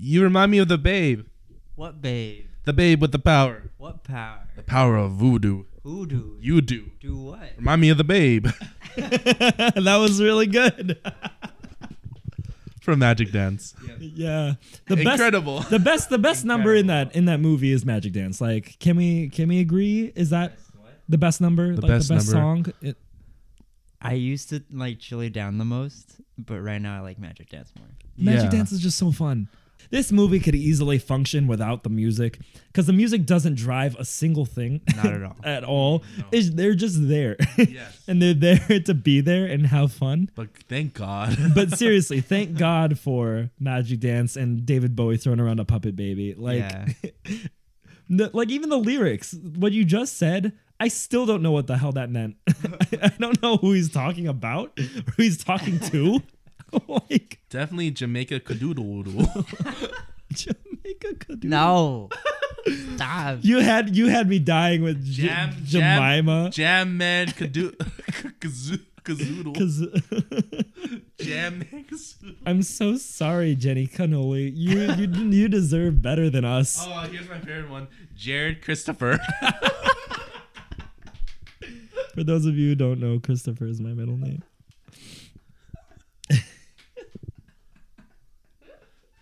You remind me of the babe.
What babe?
The babe with the power.
What power?
The power of voodoo.
Who do you
You do.
do what?
Remind me of the babe
that was really good.
from Magic Dance.
yeah. The best
Incredible.
the best the best number in that in that movie is Magic Dance. Like can we can we agree is that the best number?
The
like
best
the best
number.
song? It,
I used to like Chili Down the most, but right now I like Magic Dance more.
Magic
Yeah.
Dance is just so fun. This movie could easily function without the music because the music doesn't drive a single thing.
Not at all.
at all. It's, they're just there.
Yes.
and they're there to be there and have fun.
But thank God.
But seriously, thank God for Magic Dance and David Bowie throwing around a puppet baby. Like,
yeah.
the- like even the lyrics, what you just said, I still don't know what the hell that meant. I, I don't know who he's talking about or who he's talking to. like,
Definitely Jamaica Kadoodle Woodle.
Jamaica could do
no. Stop.
You had you had me dying with J-
Jam, jam,
Jemima.
Jam Man Kadoo Kazoo Kazoodle.
'Cause-
Jam Man Kazoodle.
I'm so sorry, Jenny Cannoli. You you you deserve better than us.
Oh, here's my favorite one. Jared Christopher.
For those of you who don't know, Christopher is my middle name.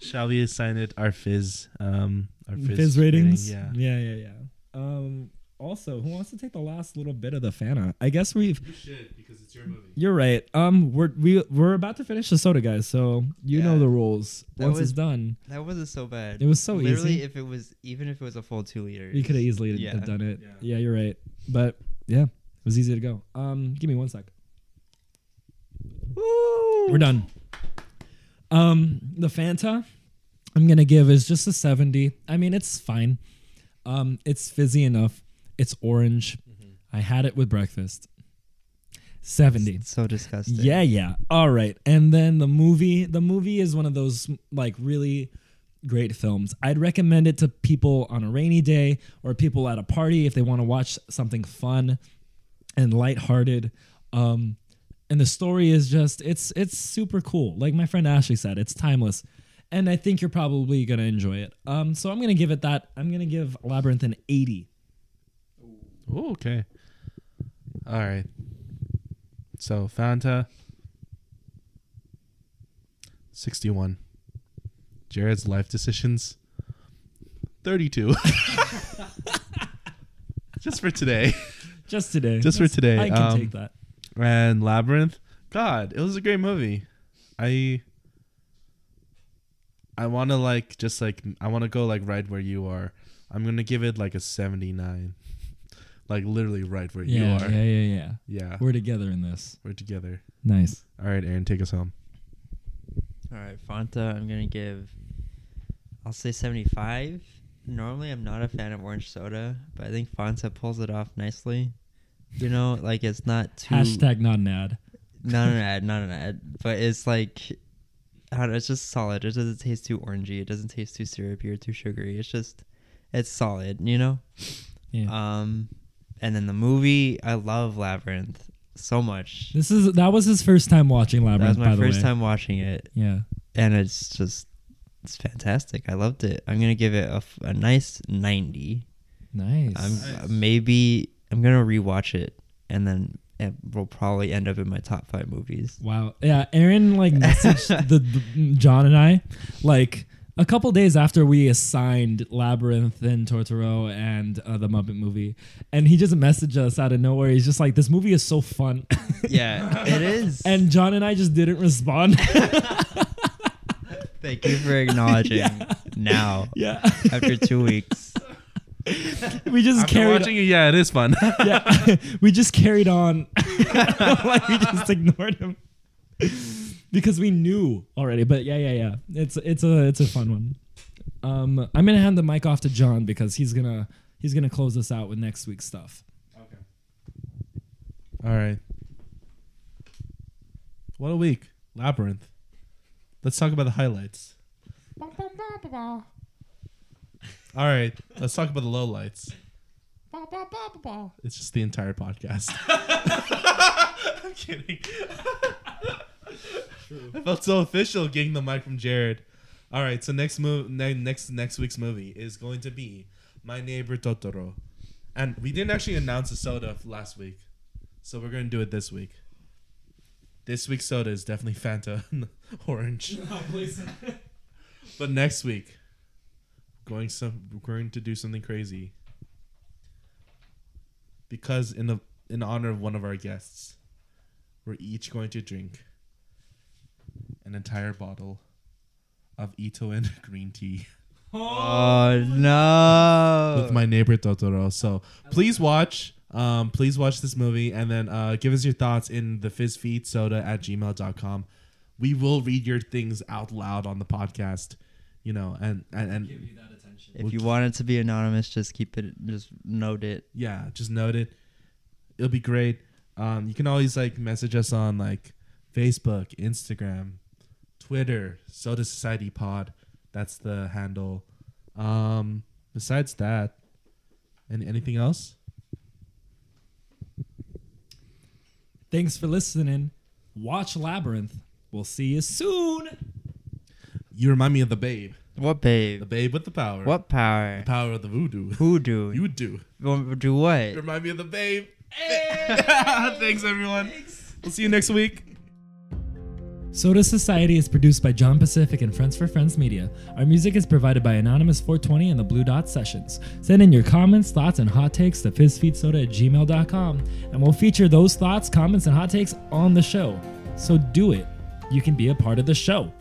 Shall we assign it our fizz um our
Fizz,
fizz,
ratings.
rating?
yeah,
Yeah.
yeah, yeah. Um. Also, who wants to take the last little bit of the fan out? I guess we've.
You should because it's your movie.
You're right. Um, we're we we're about to finish the soda, guys. So you know
Yeah.
the rules.
That
Once
was-
it's done,
That wasn't so bad.
It was so
Literally,
easy.
if it was even if it was a full two liters,
we could have easily
Yeah.
have done it.
Yeah.
Yeah. you're right. But yeah, it was easy to go. Um, give me one sec. We're done. Um, the Fanta I'm gonna give is just a 70. I mean, it's fine. Um, it's fizzy enough. It's orange. I had it with breakfast. 70.
It's so disgusting.
Yeah, yeah. All right. And then the movie, the movie is one of those like really great films. I'd recommend it to people on a rainy day or people at a party if they want to watch something fun and lighthearted. Um and the story is just it's it's super cool. Like my friend Ashley said, it's timeless. And I think you're probably going to enjoy it. Um so I'm going to give it that. I'm going to give Labyrinth an 80.
Oh, okay. All right. So Fanta, sixty-one. Jared's life decisions, thirty-two. Just for today.
Just today.
Just for
That's-
today,
I can
um,
take that.
And Labyrinth, God, it was a great movie. I. I want to like just like I want to go like right where you are. I'm gonna give it like a 79, like literally right where
Yeah,
you are.
yeah, yeah, yeah.
Yeah.
We're together in this.
We're together.
Nice.
All right, Aaron, take us home.
All right, Fanta. I'm gonna give. I'll say 75. Normally, I'm not a fan of orange soda, but I think Fanta pulls it off nicely. You know, like it's not too
Hashtag not an ad.
not an ad, not an ad, but it's like, I don't know, it's just solid. It doesn't taste too orangey. It doesn't taste too syrupy or too sugary. It's just, it's solid, you know.
Yeah.
Um, and then the movie, I love Labyrinth so much.
This is that was his first time watching
That was
Labyrinth. by
my
the
first
way.
time watching it,
Yeah.
and it's just it's fantastic. I loved it. I'm gonna give it a, f- a nice ninety.
Nice.
I'm uh, maybe I'm gonna rewatch it, and then it will probably end up in my top five movies.
Wow. Yeah, Aaron like messaged the, the John and I like a couple days after we assigned Labyrinth and Tortoro and uh, the Muppet movie, and he just messaged us out of nowhere. He's just like, "This movie is so fun,"
Yeah, it is.
and John and I just didn't respond.
thank you for acknowledging now
yeah,
after two weeks.
we just
After
carried.
watching it, yeah, it is fun.
yeah, we just carried on. like we just ignored him because we knew already. But yeah, yeah, yeah. It's it's a it's a fun one. Um, I'm gonna hand the mic off to John because he's gonna he's gonna close us out with next week's stuff.
All right. What a week. Labyrinth. Let's talk about the highlights. All right. Let's talk about the lowlights. It's just the entire podcast. I'm kidding. I felt so official getting the mic from Jared. All right, so next move, ne- next next week's movie is going to be My Neighbor Totoro, and we didn't actually announce the soda f- last week, so we're gonna do it this week. This week's soda is definitely Fanta Orange, but next week, going some we're going to do something crazy because in the in honor of one of our guests, we're each going to drink an entire bottle of Ito and green tea
Oh no!
with my neighbor Totoro. So please watch. Um, please watch this movie and then uh, give us your thoughts in the fizzfeedsoda at gmail.com. We will read your things out loud on the podcast, you know, and, and, and
if you want it to be anonymous, just keep it. Just note it.
yeah, just note it. It'll be great. Um, you can always like message us on like Facebook, Instagram, Twitter, Soda Society Pod. That's the handle. Um, besides that, and anything else?
Thanks for listening. Watch Labyrinth. We'll see you soon.
You remind me of the Babe,
What
the
babe?
Babe with the power,
What power?
power of the voodoo.
Who do
You do.
you do what?
Remind me of the Babe. Thanks everyone. We'll see you next week.
Soda Society is produced by John Pacific and Friends for Friends Media. Our music is provided by Anonymous 420 and the Blue Dot Sessions. Send in your comments, thoughts, and hot takes to fizzfeedsoda at gmail.com, and we'll feature those thoughts, comments, and hot takes on the show. So do it. You can be a part of the show.